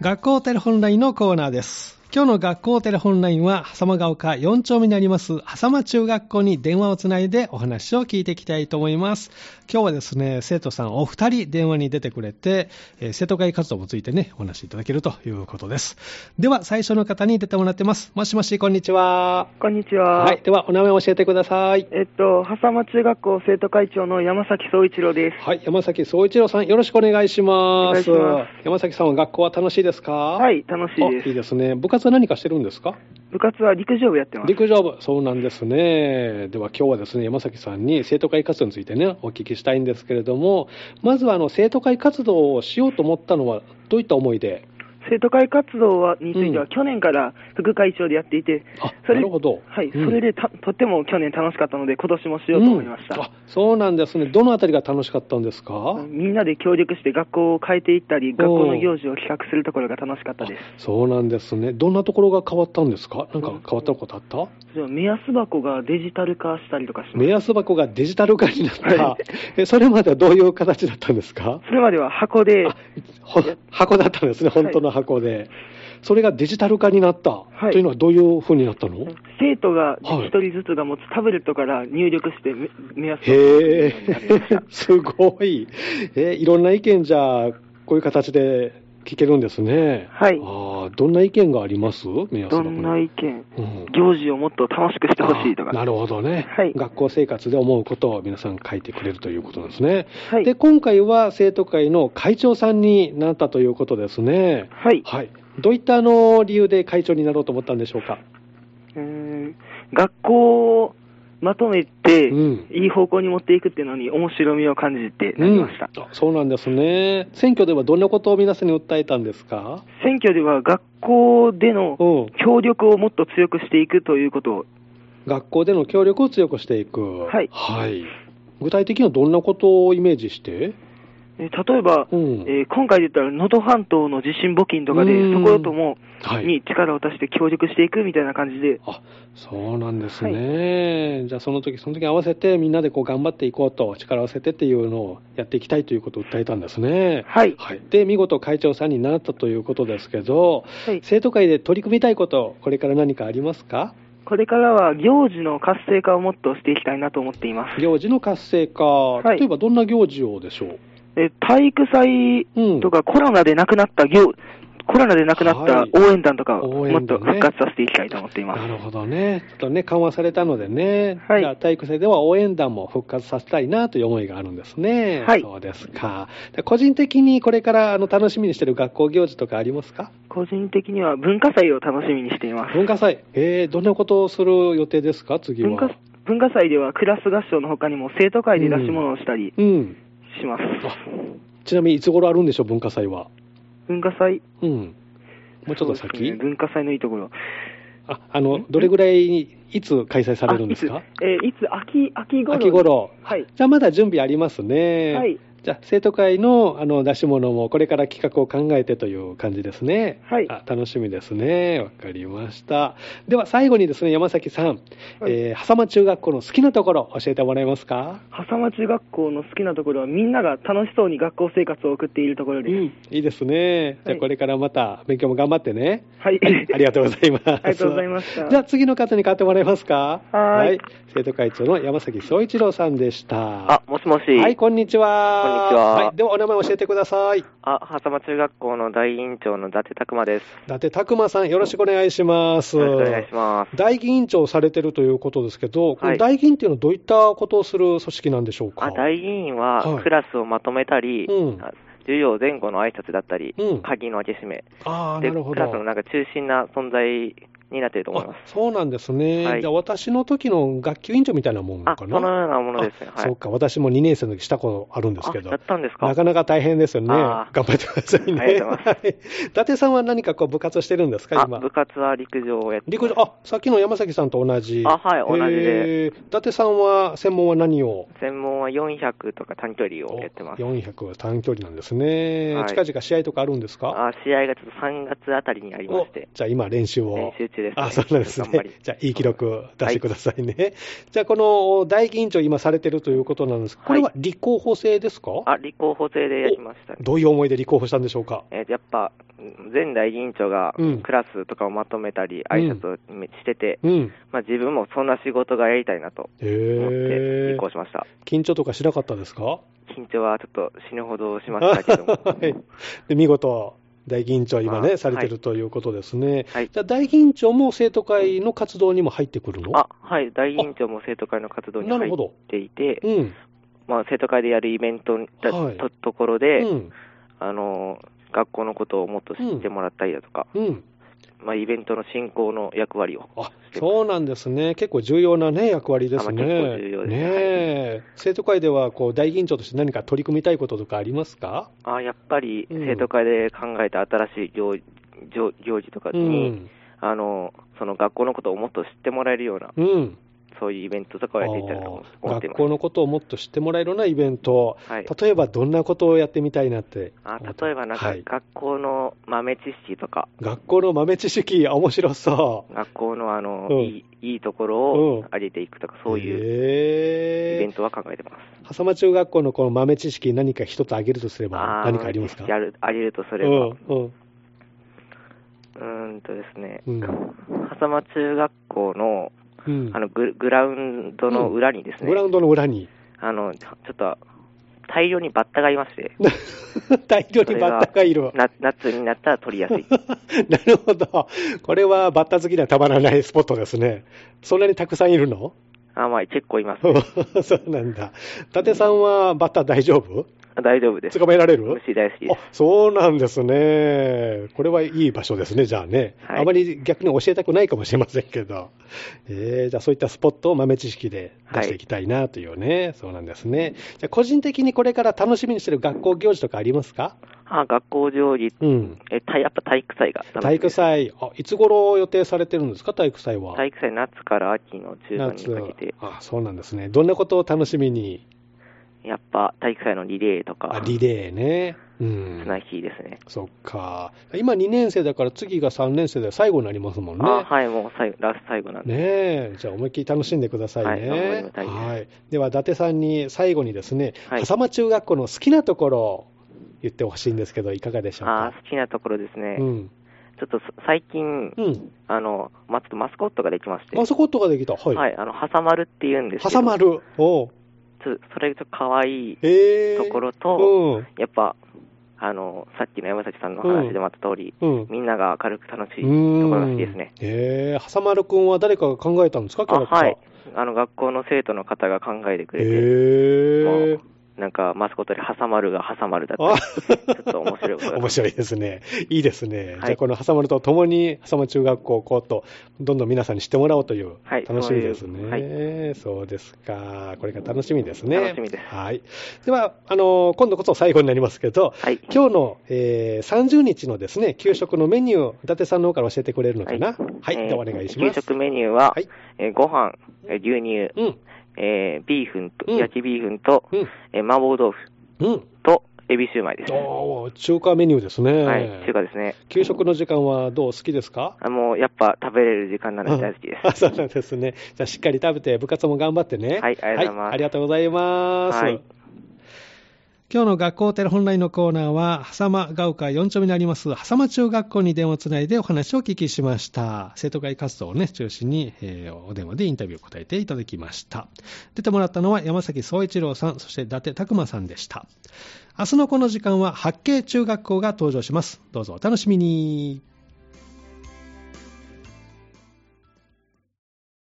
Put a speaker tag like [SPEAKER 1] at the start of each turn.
[SPEAKER 1] 学校テレホンラインのコーナーです。今日の学校テレホンラインは、狭間が丘4丁目にあります、狭間中学校に電話をつないでお話を聞いていきたいと思います。今日はですね、生徒さんお二人電話に出てくれて、えー生徒会活動もついてね、お話しいただけるということです。では、最初の方に出てもらってます。もしもし、こんにちは。
[SPEAKER 2] こんにちは。
[SPEAKER 1] はい、では、お名前を教えてください。
[SPEAKER 2] えっと、狭間中学校生徒会長の山崎総一郎です。
[SPEAKER 1] はい、山崎総一郎さん、よろしくお願いします。
[SPEAKER 2] お願いしま
[SPEAKER 1] 山崎さんは学校は楽しいですか、
[SPEAKER 2] はいい、楽しいです。
[SPEAKER 1] いいですね。部活は何かしてるんですか
[SPEAKER 2] 部活は陸上部やってます。
[SPEAKER 1] 陸上部、そうなんですね。では今日はですね、山崎さんに生徒会活動についてね、お聞きしたいんですけれども、まずはあの、生徒会活動をしようと思ったのは、どういった思いで
[SPEAKER 2] 生徒会活動はについて
[SPEAKER 1] う
[SPEAKER 2] は
[SPEAKER 1] ん
[SPEAKER 2] 去年から副会長でやっていて、
[SPEAKER 1] あ、
[SPEAKER 2] そ
[SPEAKER 1] な
[SPEAKER 2] れ
[SPEAKER 1] るほど。
[SPEAKER 2] はい、
[SPEAKER 1] うん
[SPEAKER 2] それでたとっても去年楽しかったので、今年もしようと思いまし
[SPEAKER 1] うんあ
[SPEAKER 2] た。、
[SPEAKER 1] そうなんですね。どのあたりが楽しかったんですか
[SPEAKER 2] みんなで協力して学校を変えていったり、
[SPEAKER 1] おー
[SPEAKER 2] 学校の行事を企画するところが楽しかったです。
[SPEAKER 1] そうなんですね。どんなところが変わったんですかなんか変わったことあった、
[SPEAKER 2] それは目安箱がデジタル化したりとかしま
[SPEAKER 1] 目
[SPEAKER 2] す。
[SPEAKER 1] 安箱がデジタル化になった、
[SPEAKER 2] はい
[SPEAKER 1] えそれまではどういう形だったんですか、
[SPEAKER 2] それまでは箱で、
[SPEAKER 1] あほ箱だったんですね、本当の箱で、それがデジタル化になった、
[SPEAKER 2] はい
[SPEAKER 1] というのはどういうふうになったの、
[SPEAKER 2] 生徒が
[SPEAKER 1] はい
[SPEAKER 2] 一人ずつが持つタブレットから入力して目目安箱を作るよ
[SPEAKER 1] へ
[SPEAKER 2] うになりました
[SPEAKER 1] え、 すごい、えいろんな意見じゃ、こういう形で聞けるんですね。
[SPEAKER 2] はい
[SPEAKER 1] あーどんな意見があります目安
[SPEAKER 2] ど
[SPEAKER 1] 箱に
[SPEAKER 2] んな意見、
[SPEAKER 1] うん
[SPEAKER 2] 行事をもっと楽しくしてほしいとか、
[SPEAKER 1] あなるほどね、
[SPEAKER 2] はい
[SPEAKER 1] 学校生活で思うことを皆さん書いてくれるということなんですね、
[SPEAKER 2] はい
[SPEAKER 1] で今回は生徒会の会長さんになったということですね、
[SPEAKER 2] はい
[SPEAKER 1] どういったあの理由で会長になろうと思ったんでしょうか、
[SPEAKER 2] うーん学校をまとめて、
[SPEAKER 1] うん
[SPEAKER 2] いい方向に持っていくっていうのに、面白みを感じてなりました、
[SPEAKER 1] うんあそうなんですね、選挙ではどんなことを皆さんに訴えたんですか、
[SPEAKER 2] 選挙では学校での
[SPEAKER 1] うん、
[SPEAKER 2] 協力をもっと強くしていくということを、
[SPEAKER 1] 学校での協力を強くしていく、
[SPEAKER 2] はい
[SPEAKER 1] 具体的にはどんなことをイメージして、
[SPEAKER 2] えー例えば、
[SPEAKER 1] うん
[SPEAKER 2] えー今回で言ったら、能登半島の地震募金とかで
[SPEAKER 1] う、ん
[SPEAKER 2] そことも、
[SPEAKER 1] はい
[SPEAKER 2] に力を出して協力していくみたいな感じで、
[SPEAKER 1] あそうなんですね、じゃあその時その時に合わせてみんなでこう頑張っていこうと力を合わせてっていうのをやっていきたいということを訴えたんですね
[SPEAKER 2] はい
[SPEAKER 1] で見事会長さんになったということですけど、
[SPEAKER 2] はい
[SPEAKER 1] 生徒会で取り組みたいことこれから何かありますか
[SPEAKER 2] これからは行事の活性化をもっとしていきたいなと思っています。
[SPEAKER 1] 行事の活性化、
[SPEAKER 2] い
[SPEAKER 1] 例えばどんな行事をでしょう
[SPEAKER 2] え体育祭とか、コロナで亡くなった行、コロナで亡くなった
[SPEAKER 1] はい
[SPEAKER 2] 応援団とかを
[SPEAKER 1] 応
[SPEAKER 2] も
[SPEAKER 1] 援
[SPEAKER 2] っと
[SPEAKER 1] 団ね
[SPEAKER 2] 復活させていきたいと思っています。
[SPEAKER 1] なるほどね、ちょっとね、緩和されたのでね、
[SPEAKER 2] はい
[SPEAKER 1] じゃあ体育祭では応援団も復活させたいなという思いがあるんですね、
[SPEAKER 2] はい
[SPEAKER 1] そうですか、で個人的にこれからあの楽しみにしてる学校行事とかありますか、
[SPEAKER 2] 個人的には文化祭を楽しみにしています。
[SPEAKER 1] 文化祭、えー、どんなことをする予定ですか、次は。
[SPEAKER 2] 文化文化祭ではクラス合唱の他にも生徒会で出し物をしたり
[SPEAKER 1] うん、
[SPEAKER 2] します。
[SPEAKER 1] あちなみにいつ頃あるんでしょう、文化祭は。
[SPEAKER 2] 文化祭
[SPEAKER 1] うん、もうちょっと
[SPEAKER 2] そう
[SPEAKER 1] 先、
[SPEAKER 2] ですね文化祭のいいところ。
[SPEAKER 1] ああのどれぐらいに、いつ開催されるんですか
[SPEAKER 2] あいつ,、えーいつ秋、秋頃に
[SPEAKER 1] 秋頃
[SPEAKER 2] はい。
[SPEAKER 1] じゃあまだ準備ありますね。
[SPEAKER 2] はい
[SPEAKER 1] じゃあ生徒会のあの出し物もこれから企画を考えてという感じですね。
[SPEAKER 2] はい
[SPEAKER 1] あ楽しみですね。わかりました。では最後にですね山崎さん、
[SPEAKER 2] はい
[SPEAKER 1] えー、狭間中学校の好きなところ教えてもらえますか。
[SPEAKER 2] 狭間中学校の好きなところはみんなが楽しそうに学校生活を送っているところ
[SPEAKER 1] う
[SPEAKER 2] です。
[SPEAKER 1] ん、いいですね。じゃ
[SPEAKER 2] は
[SPEAKER 1] あ
[SPEAKER 2] い
[SPEAKER 1] これからまた勉強も頑張ってね。
[SPEAKER 2] はい。
[SPEAKER 1] ありがとうございます。
[SPEAKER 2] ありがとうございました
[SPEAKER 1] じゃあ次の方に買ってもらえますか。
[SPEAKER 2] はい
[SPEAKER 1] 生徒会長の山崎総一郎さんでした。
[SPEAKER 3] あ、もしもし。
[SPEAKER 1] はい、こんにちは。、
[SPEAKER 3] こんにちはい
[SPEAKER 1] ではお名前教えてください。伊
[SPEAKER 3] あ、狭間中学校の大委員長の伊達拓馬です。
[SPEAKER 1] 達拓馬さん、よろしくお願いします。
[SPEAKER 3] よろしくお願いします。
[SPEAKER 1] 大議員長をされてるということですけど、この大議員っていうのはどういったことをする組織なんでしょうか。
[SPEAKER 3] あ、大議員
[SPEAKER 1] はい
[SPEAKER 3] はクラスをまとめたり、
[SPEAKER 1] うん
[SPEAKER 3] あ授業前後の挨拶だったり、
[SPEAKER 1] うん
[SPEAKER 3] 鍵の開け閉め、
[SPEAKER 1] あー
[SPEAKER 3] で、
[SPEAKER 1] なるほど。
[SPEAKER 3] クラスのなんか中心な存在になっていると思います
[SPEAKER 1] あ。そうなんですね、
[SPEAKER 3] はい
[SPEAKER 1] じゃあ、私の時の学級委員長みたいなもんか
[SPEAKER 3] あ
[SPEAKER 1] な、
[SPEAKER 3] そのようなものですね。
[SPEAKER 1] あ
[SPEAKER 3] はい。
[SPEAKER 1] そうか、私も2年生の時したことあるんですけ
[SPEAKER 3] あ、
[SPEAKER 1] ど
[SPEAKER 3] やっ、たんですか
[SPEAKER 1] なかなか大変ですよね、
[SPEAKER 3] あ
[SPEAKER 1] 頑
[SPEAKER 3] ー
[SPEAKER 1] 張ってくださいね。
[SPEAKER 3] ありがとうございます
[SPEAKER 1] はい伊達さんは何かこう部活をしてるんですか、
[SPEAKER 3] あ、
[SPEAKER 1] 今
[SPEAKER 3] 部。活は陸上をやって
[SPEAKER 1] 陸上、あさっきの山崎さんと同じ。
[SPEAKER 3] あはい同じで
[SPEAKER 1] えー伊達さんは、専門は何を
[SPEAKER 3] 専門は400とか短距離をやってます。
[SPEAKER 1] 400は短距離なんですね、
[SPEAKER 3] はい
[SPEAKER 1] 近々試合とかあるんですか
[SPEAKER 3] あ試合がちょっと3月あたりにありまして
[SPEAKER 1] お、じゃあ今、練習を
[SPEAKER 3] 練習中です、ね。
[SPEAKER 1] あ、そうなんです
[SPEAKER 3] あんまり
[SPEAKER 1] ね。じゃあ、いい記録出してくださいね。じゃあ、この大議員長、今されてるということなんですが、これは立候補制ですか、
[SPEAKER 3] あ、立候補制でやりましたね。
[SPEAKER 1] どういう思いで立候補したんでしょうか
[SPEAKER 3] えーやっぱ、前大議員長が
[SPEAKER 1] うん
[SPEAKER 3] クラスとかをまとめたり、挨拶をしてて、
[SPEAKER 1] うん。
[SPEAKER 3] まあ、自分もそんな仕事がやりたいなと
[SPEAKER 1] へ
[SPEAKER 3] 思って、
[SPEAKER 1] え
[SPEAKER 3] 立。候補しました。
[SPEAKER 1] 緊張とかしなかったですか
[SPEAKER 3] 緊張はちょっと死ぬほどしましたけど も、
[SPEAKER 1] はいで見事、大議員長、今ね、
[SPEAKER 3] あ
[SPEAKER 1] されてるということですね。
[SPEAKER 3] はい
[SPEAKER 1] じゃあ、大議員長も生徒会の活動にも入ってくるの
[SPEAKER 3] あはい、大委員長も生徒会の活動に
[SPEAKER 1] なる
[SPEAKER 3] 入
[SPEAKER 1] ほ
[SPEAKER 3] っ
[SPEAKER 1] ど。
[SPEAKER 3] ていて、
[SPEAKER 1] うん。
[SPEAKER 3] まあ、生徒会でやるイベントにだ
[SPEAKER 1] はい
[SPEAKER 3] とところで、
[SPEAKER 1] うん。
[SPEAKER 3] あの学校のことをもっと知ってもらったりだとか、
[SPEAKER 1] うん。
[SPEAKER 3] まあ、イベントの進行の役割を、
[SPEAKER 1] あそうなんですね、結構重要な、ね、役割ですね。
[SPEAKER 3] あまあ結構重要です
[SPEAKER 1] ね
[SPEAKER 3] ね
[SPEAKER 1] え生徒会ではこう大議員長として何か取り組みたいこととかありますか、
[SPEAKER 3] あやっぱり
[SPEAKER 1] うん
[SPEAKER 3] 生徒会で考えた新しい行行行事とか
[SPEAKER 1] う
[SPEAKER 3] に、
[SPEAKER 1] ん
[SPEAKER 3] あのその学校のことをもっと知ってもらえるような、
[SPEAKER 1] うん、
[SPEAKER 3] そういうイベントと
[SPEAKER 1] あ
[SPEAKER 3] かをやっていきたいと思
[SPEAKER 1] ー
[SPEAKER 3] って
[SPEAKER 1] 学
[SPEAKER 3] いま
[SPEAKER 1] 校のことをもっと知ってもらえるようなイベント、
[SPEAKER 3] す。はい
[SPEAKER 1] 例えばどんなことをやってみたいなって
[SPEAKER 3] あ例えばなんか
[SPEAKER 1] はい、
[SPEAKER 3] 学校の豆知識とか、
[SPEAKER 1] 学校の豆知識、面白そ
[SPEAKER 3] 学校のあの、
[SPEAKER 1] うん
[SPEAKER 3] いいいいところ
[SPEAKER 1] うん
[SPEAKER 3] を上げていくとか、
[SPEAKER 1] う、
[SPEAKER 3] そういうイ
[SPEAKER 1] へ
[SPEAKER 3] ベ
[SPEAKER 1] え
[SPEAKER 3] ントは考えてます。
[SPEAKER 1] 浅間中学校のこの豆知識、何か一つ挙げるとすれば、
[SPEAKER 3] ー
[SPEAKER 1] 何かありますか
[SPEAKER 3] やるあげるとすれ
[SPEAKER 1] う
[SPEAKER 3] ば、うん
[SPEAKER 1] うん
[SPEAKER 3] ーんとですね、
[SPEAKER 1] うん
[SPEAKER 3] 笠間中学校の
[SPEAKER 1] うん
[SPEAKER 3] あのググラウンドの裏にですね、
[SPEAKER 1] グラウンドの裏 に、
[SPEAKER 3] あのちょっと大量にバッタがいまして、
[SPEAKER 1] 大量にバッタがいる。
[SPEAKER 3] な夏になったら取りやすい。
[SPEAKER 1] なるほど。これはバッタ好きにはたまらないスポットですね。そんなにたくさんいるの
[SPEAKER 3] あまあ、結構います、
[SPEAKER 1] そうなんだ。伊達さんはバッタ大丈夫
[SPEAKER 3] 大丈夫です。
[SPEAKER 1] 捕まえられる
[SPEAKER 3] 虫大好きで
[SPEAKER 1] あそうなんですね。これはいい場所ですね、じゃあね。
[SPEAKER 3] はい
[SPEAKER 1] あまり逆に教えたくないかもしれませんけど。えー、じゃあそういったスポットを豆知識で出していきたいなというね。そうなんですね。じゃあ個人的にこれから楽しみにしてる学校行事とかありますか
[SPEAKER 3] す。あ学校行事、
[SPEAKER 1] うん。
[SPEAKER 3] え体やっぱ体育祭が楽しみです
[SPEAKER 1] 体育祭、あいつ頃予定されてるんですか、体育祭は。
[SPEAKER 3] 体育祭、夏から秋の中盤にかけて、
[SPEAKER 1] あそうなんですね、どんなことを楽しみに、
[SPEAKER 3] やっぱ体育祭のリレーと
[SPEAKER 1] あ
[SPEAKER 3] か、
[SPEAKER 1] リレーね、うん、
[SPEAKER 3] 綱引きですね。
[SPEAKER 1] そっか、今2年生だから、次が3年生で最後になりますもんね。
[SPEAKER 3] あはい、もう最後ラスト最後なんで、
[SPEAKER 1] ねえじゃあ思いっきり楽しんでくださいね。
[SPEAKER 3] はい思いっきり楽しん
[SPEAKER 1] い
[SPEAKER 3] で
[SPEAKER 1] では、伊達さんに最後にですね、
[SPEAKER 3] はい
[SPEAKER 1] 笠間中学校の好きなところを言ってほしいんですけど、いかがでしょう
[SPEAKER 3] あ
[SPEAKER 1] か。
[SPEAKER 3] 好きなところですね、
[SPEAKER 1] うん、
[SPEAKER 3] ちょっとそ最近、
[SPEAKER 1] うん、
[SPEAKER 3] あのまちょっとマスコットができまして、
[SPEAKER 1] あそことができた、はい、
[SPEAKER 3] はい、あの挟まるっていうんですけど、
[SPEAKER 1] 挟まる、おう
[SPEAKER 3] ちょっとそれちょっと可愛い
[SPEAKER 1] えー、
[SPEAKER 3] ところと、
[SPEAKER 1] うん
[SPEAKER 3] やっぱあのさっきの山崎さんの話でもあった通り、
[SPEAKER 1] うん、
[SPEAKER 3] みんなが明るく楽しいと
[SPEAKER 1] うん
[SPEAKER 3] ころが好きですね。
[SPEAKER 1] えー、はさまるくんは誰かが考えたんですか、キ
[SPEAKER 3] あ
[SPEAKER 1] ャラクター。
[SPEAKER 3] はい、あの学校の生徒の方が考えてくれて、
[SPEAKER 1] えー、
[SPEAKER 3] なんかマスコットで挟まるが挟まるだ
[SPEAKER 1] あ
[SPEAKER 3] ったり、ちょっと面白いこと だ
[SPEAKER 1] 面白いですね。いいですね。
[SPEAKER 3] い
[SPEAKER 1] じゃあ、このはさまると共に、はさま中学校、こうと、どんどん皆さんに知ってもらおうという、
[SPEAKER 3] はい
[SPEAKER 1] 楽しみですね。
[SPEAKER 3] そう
[SPEAKER 1] そうですか。これが楽しみですね。
[SPEAKER 3] 楽しみです
[SPEAKER 1] はい。では、あの今度こそ最後になりますけど、
[SPEAKER 3] はい、
[SPEAKER 1] 今日の、えー、30日のですね、給食のメニュー、伊達さんの方から教えてくれるのかな。はい。
[SPEAKER 3] えー
[SPEAKER 1] ではお願いします。
[SPEAKER 3] 給食メニューは、
[SPEAKER 1] はい
[SPEAKER 3] えーご飯、えー牛乳、
[SPEAKER 1] うん。
[SPEAKER 3] えービーフンと、
[SPEAKER 1] うん
[SPEAKER 3] 焼きビーフンと、
[SPEAKER 1] うん。
[SPEAKER 3] えー麻婆豆腐
[SPEAKER 1] うん。
[SPEAKER 3] とエビシューマイです。は
[SPEAKER 1] おー中華メニューですね。
[SPEAKER 3] い、中華ですね。
[SPEAKER 1] 給食の時間はどう好きですか
[SPEAKER 3] あもうやっぱ食べれる時間なので大好きです。
[SPEAKER 1] あそうなんですね。じゃあ、しっかり食べて、部活も頑張ってね。
[SPEAKER 3] はいありがとうございます
[SPEAKER 1] ありがとうございます。
[SPEAKER 3] はい
[SPEAKER 1] 今日の学校テレホンラインのコーナーは、狭間が丘4丁目にあります、狭間中学校に電話をつないでお話をお聞きしました。生徒会活動をね、中心に、えーお電話でインタビューを答えていただきました。出てもらったのは山崎総一郎さん、そして伊達拓馬さんでした。明日のこの時間は、八景中学校が登場します。どうぞお楽しみに。